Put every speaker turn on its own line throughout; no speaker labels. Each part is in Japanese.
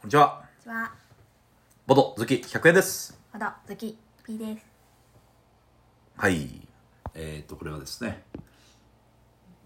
こんにちは。
こんにちは。
ボド、ズキ、100円です。
ほど、好き、P です。
はい。えー、っと、これはですね、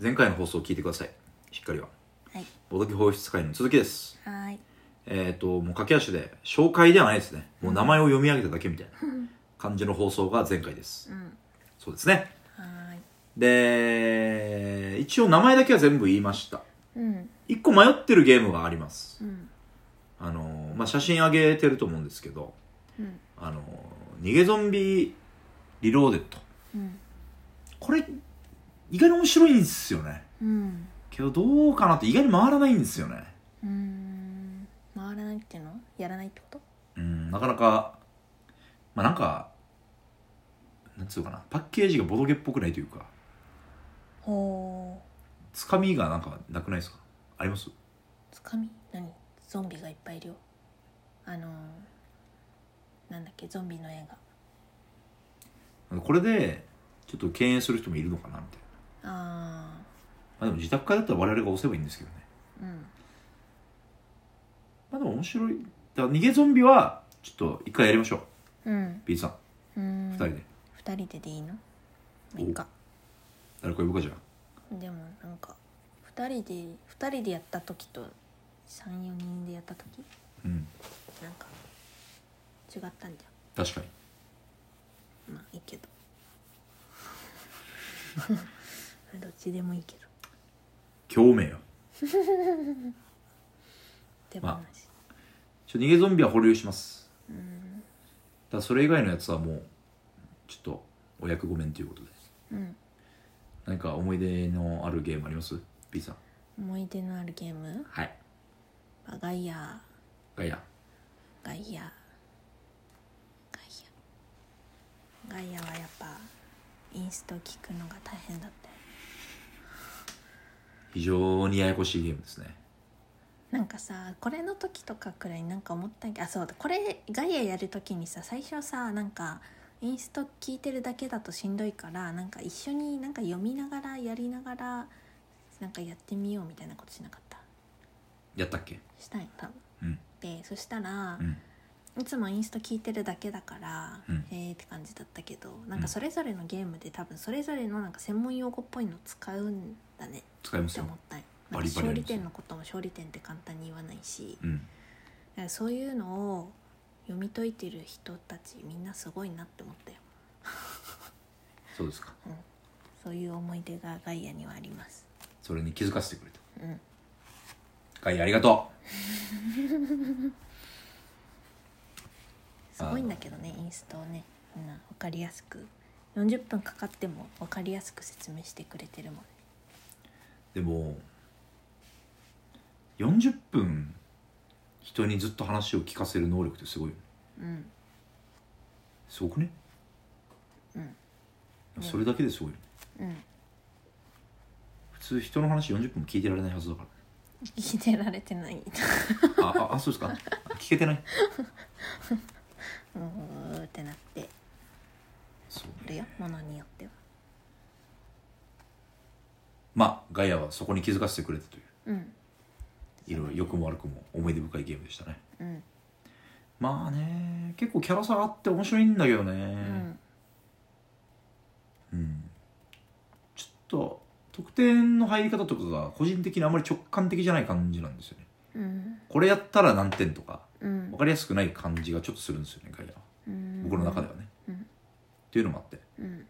前回の放送を聞いてください。しっかりは。
はい。
ボドキ放出会の続きです。
はーい。
えー、っと、もう駆け足で、紹介ではないですね。もう名前を読み上げただけみたいな感じの放送が前回です。
うん。
そうですね。
はーい。
で、一応名前だけは全部言いました。
うん。
一個迷ってるゲームがあります。
うん。
あの、まあ、写真あげてると思うんですけど、
うん。
あの、逃げゾンビリローデッド。
うん。
これ意外に面白いんですよね
うん。
けどどうかなって意外に回らないんですよね
うーん。回らないっていうのやらないってこと
うんなかなかまあなんかなんつうかなパッケージがボドゲっぽくないというか
ほ
つかみがなんかなくないですかあります
ー。つかみ何ゾンビがいっぱいいるよ。あのー、なんだっけ、ゾンビの映画。
これでちょっと敬遠する人もいるのかなみたいな、
あ
まあ、でも自宅会だったら我々が押せばいいんですけどね
ー。うん。
まあでも面白いだから逃げゾンビはちょっと一回やりましょう
うん。
B さん
うーん。
二人で、
二人ででいいの
お
いいか。
誰か呼ぶかじゃあ
でもなんか、二人で、二人でやった時と、三、四人でやった時
うん
なんか違ったんじ
確かに
ゃんまあいいけど どっちでもいいけど
共鳴よ
手放し、
ちょ逃げゾンビは保留します
うん
だからそれ以外のやつはもうちょっとお役御免ということで
うん
何か思い出のあるゲームあります ?B さん
思い出のあるゲーム
はい
あガイア
ガイア
ガイアガイアガイアはやっぱインスト聞くのが大変だったよ
非常にややこしいゲームですね
なんかさこれの時とかくらいなんか思ったんけどあそうだこれガイアやる時にさ最初さなんかインスト聞いてるだけだとしんどいからなんか一緒になんか読みながらやりながらなんかやってみようみたいなことしなかった
やったっけ
したんよ多分
うん
でそしたら
う、ん
いつもインスト聞いてるだけだから、
うん
へーって感じだったけどなんかそれぞれのゲームで多分それぞれのなんか専門用語っぽいの使うんだね
使いま
っ
す
て
よ
思ったんよ
バ
なん
リ
か
バリあり
勝利
ますよ
点のことも勝利点って簡単に言わないし、
うん
だからそういうのを読み解いてる人たちみんなすごいなって思ったよ
そうですか
そういう思い出がガイアにはあります
それに気づかせてくれた
うん
ガイアありがと
すごいんだけどねインストをねこんな分かりやすく40分かかっても分かりやすく説明してくれてる もんね
うでも40分人にずっと話を聞かせる能力ってすごいよね
うん
すごくねうんそれだけですごいよね
うん
普通人の話40分も聞いてられないはずだから
聞いてられてない
あああそうですか聞けてないう
ーってなって
そう
るよものによっては
まあガイアはそこに気づかせてくれたという
うん
いろいろ良くも悪くも思い出深いゲームでしたね
うん
まあね結構キャラ差あって面白いんだけどね
うん
うん、ちょっと得点の入り方とかが個人的にあまり直感的じゃない感じなんですよね
うん
これやったら何点とか
うん
分かりやすくない感じがちょっとするんですよねガイアは
うん
僕の中ではね、
うん
っていうのもあって
うん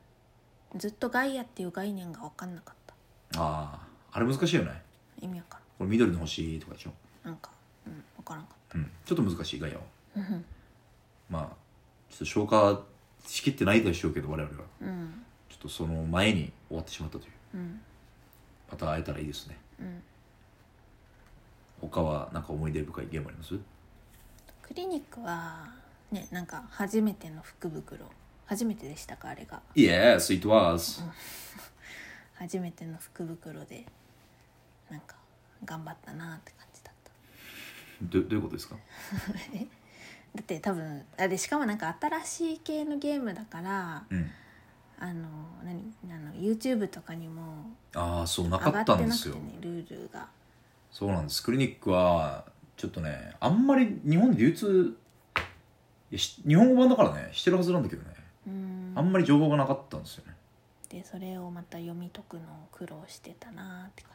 ずっとガイアっていう概念が分かんなかった
あああれ難しいよね
意味わからん
これ緑の星とかでしょ、
なんか、うん、分からんかっ
うん、ちょっと難しいガイアは
た。うん
まあちょっと消化しきってないでしょうけど我々は
うん、
ちょっとその前に終わってしまったという
うん、
また会えたらいいですね
うん。
他はなんか思い出深いゲームあります
クリニックは、ね、なんか初めての福袋。初めてでしたか、あれが。
Yes, it was
初めての福袋で。なんか、頑張ったなって感じだった。
どどういうことですか
だって、多分、あれ、しかも、なんか新しい系のゲームだから。
うん
あの、何、あの、ユーチューブとかにも。
ああそうな
上
か
が
っ
って
た
なん
で
く
す
て
よ
ね、ルールが。
そうなんですクリニックはちちょっとねあんまり日本で流通いやし日本語版だからねしてるはずなんだけどね
うん
あんまり情報がなかったんですよね
でそれをまた読み解くのを苦労してたなーって感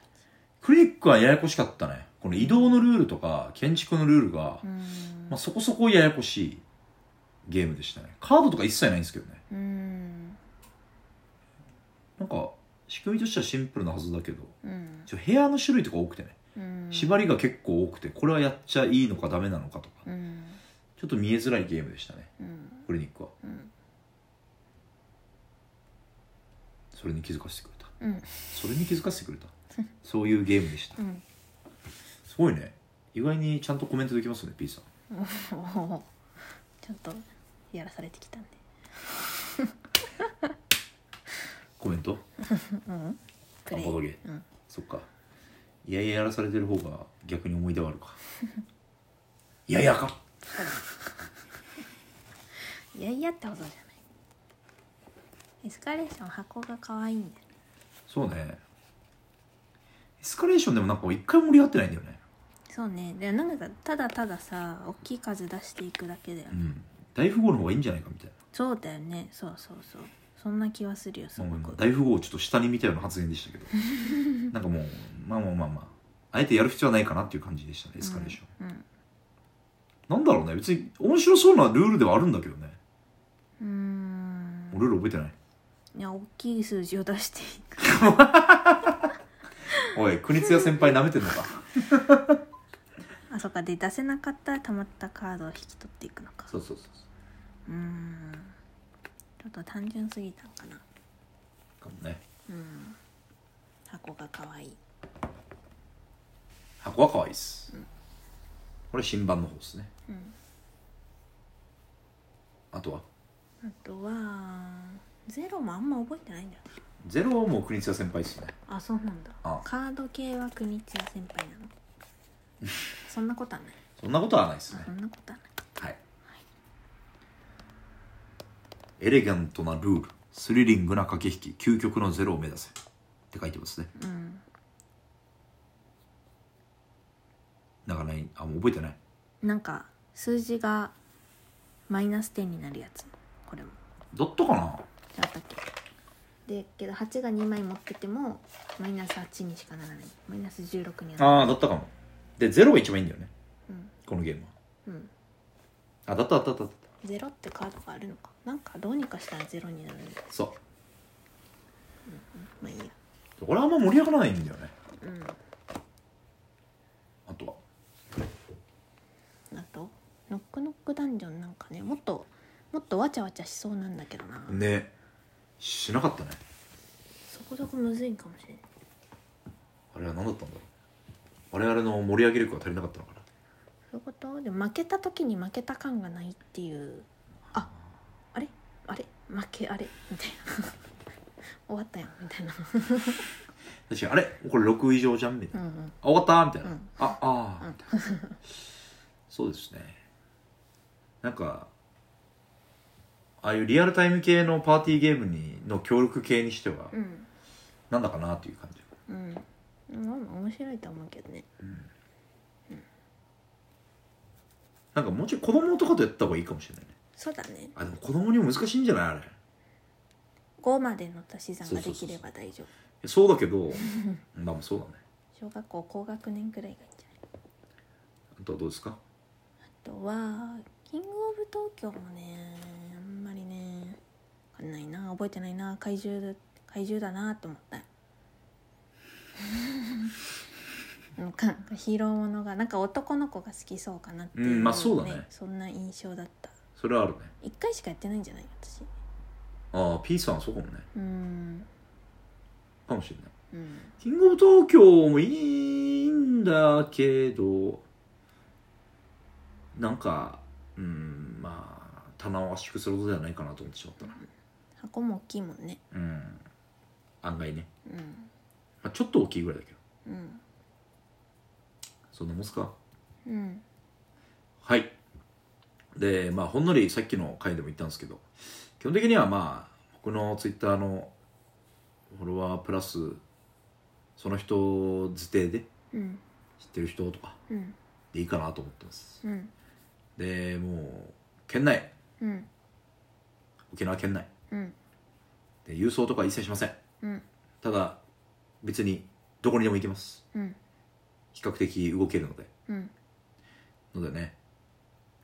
クリックはややこしかったねこの移動のルールとか建築のルールが、
じうん、
まあ、そこそこややこしいゲームでしたねカードとか一切ないんですけどね
うん
なんか仕組みとしてはシンプルなはずだけど
うん
ちょ部屋の種類とか多くてね
うん
縛りが結構多くてこれはやっちゃいいのかダメなのかとか
うん
ちょっと見えづらいゲームでしたね
うん
クリニックは
うん
それに気づかせてくれた
うん
それに気づかせてくれたそういうゲームでした
うん
すごいね意外にちゃんとコメントできますね P さん
おーちょっとやらされてきたんで
コメント
うんプ
あ
レイ
ボドゲ
うん
そっかいやいややらされてる方が逆に思い出はあるか いやいやか
いやいやってことじゃないエスカレーション箱が可愛いんだよね
そうねエスカレーションでもなんか一回も盛り上がってないんだよね
そうねでなんかただたださ大きい数出していくだけだよね
うん大富豪の方がいいんじゃないかみたい
そうだよねそうそうそうそんな気はするよす
な、ま
ご
あまあ
く
大富豪をちょっと下に見たような発言でした けどなんかもうまあまあまあまああえてやる必要はないかなっていう感じでしたねエスカレーション、
うん
なんだろうね別に面白そうなルールではあるんだけどね
うん
もうルール覚えてない
いや大きい数字を出していく
おい国津屋先輩舐めてんのか
あそっかで出せなかったらたまったカードを引き取っていくの か
そうそうそうそう
うーんちょっと単純すぎたんかな
かもね
うん箱が可愛い
箱は可愛いっす、これ新版の方ですね
うん
あとは
あとはゼロもあんま覚えてないんだよね
ゼロはもう国津屋先輩っすね
あそうなんだ
ああ
カード系は国津屋先輩なの そんなことはない
そんなことはないっすね
あそんなことはな
は
い
いエレガントなルールスリリングな駆け引き究極のゼロを目指せって書いてますね
うん
なんかねあもう覚えてない
なんか数字がマイナス点になるやつこれも
ドットかな
あったっけでけど8が2枚持っててもマイナス8にしかならないマイナス16にはならない
ああだったかもでゼロが一番いいんだよね
うん
このゲーム
うん
はあだっただっただっただっ
ゼロってカードがあるのかなんかどうにかしたらゼロになるんだ
たそ
まあいいや
うこれあんま盛り上がらないんだよね
うん
あとは
あとノックノックダンジョンなんかねもっともっとわちゃわちゃしそうなんだけどな、
ねしなかったね
そこそこむずいんかもしれない
あれは何だったんだろう我々の盛り上げ力が足りなかったのかな
そういうことでも負けた時に負けた感がないっていうああれあれ負けあれみたいな 終わったやんみたいな
確かにあれこれ6以上じゃんみたいな
うんうん
あ、終わったみたいな。
うん
あ、あ
う
あ
ん、
みたいな。そうですね。なんか、ああいうリアルタイム系のパーティーゲームにの協力系にしては、
うん
なんだかなっていう感じ。
うん、うん、面白いと思うけどね
なんかもうちょい子供とかとやった方がいいかもしれないね。
そうだね
あ、でも子供にも難しいんじゃないあれ。い
5までの足し算ができれば大丈夫
やそうだけ ど、まあまあそうだね。
小学校高学年くらいがいいんじゃない
あとはどうですか
あとはキングオブ東京もねあんまりねわかんないな覚えてないな怪獣だ怪獣だなと思ったなんかヒーローものがなんか男の子が好きそうかなっていう、
うんまあそうだね
そんな印象だった
それはあるね。
1回しかやってないんじゃない私
ああ、P さんはそうかもね。
うん
かもしれない。
うん
キングオブ東京もいいんだけど、なんか、うん、まあ、棚を圧縮することではないかなと思ってしまったな。
箱も大きいもんね
うん。案外ね。
うん
まあ、ちょっと大きいぐらいだけど。
うん
そんなもんすか
うん
はい。で、まあ、ほんのりさっきの回でも言ったんですけど、基本的にはまあ、僕のツイッターのフォロワープラス、その人づてで
うん
知ってる人とか、
うん
でいいかなと思ってます
うん
でもう県内
うん
沖縄県内
うん
で郵送とか一切しません
うん
ただ別にどこにでも行けます
うん
比較的動けるので
うん
のでね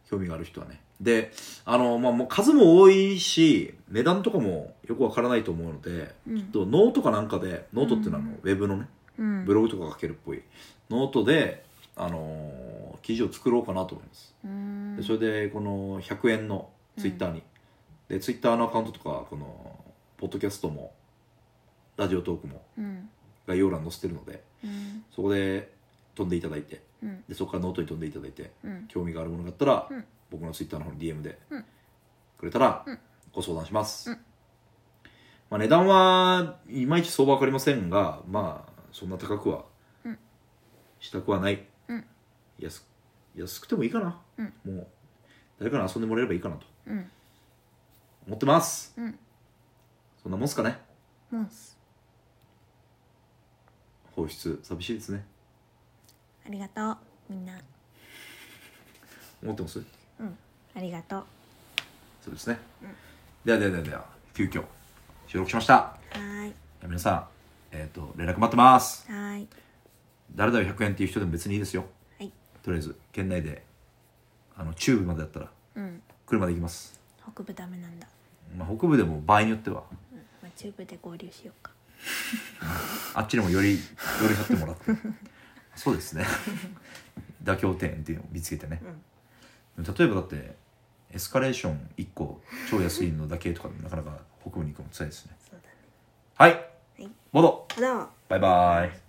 興味がある人はねであのまあもう数も多いし値段とかもよくわからないと思うので
うん
とノートかなんかでノートっていうのはあの、
うん
ウェブのね
うん
ブログとか書けるっぽいノートで、あのー記事を作ろうかなと思います
うん
でそれでこの100円のツイッターに、でツイッターのアカウントとかこのポッドキャストもラジオトークも
うん
概要欄載せてるので
うん
そこで飛んでいただいて
うん
でそこからノートに飛んでいただいて
うん
興味があるものがあったら、
うん
僕のツイッターの方に DM で
うん
くれたら
うん
ご相談します、
うん
まあ、値段はいまいち相場分かりませんがまあそんな高くは
うん
したくはない、
うん
安安くてもいいかな、
うん
もう誰かに遊んでもらえればいいかなと
うん
思ってます
うん
そんなもんすかね
モンス
放出寂しいですね
ありがとうみんな
思ってます
うんありがとう
そうですね、
うん
ではではではでは急遽収録しました
はーい
皆さん、えー、と連絡待ってます
はーい
誰々100円っていう人でも別にいいですよ
はい
とりあえず県内であの中部までだったら
うん
車で行きます、
北部ダメなんだ、
まあ、北部でも場合によっては
うんまあ、中部で合流しようか
あっちにもより寄 り添ってもらってそうですね妥協点っていうのを見つけてね、例えばだってエスカレーション1個超安いのだけとかでもなかなか北部に行くのも辛いですね
そうだね
はい
はい
ボド
どう
バイバイ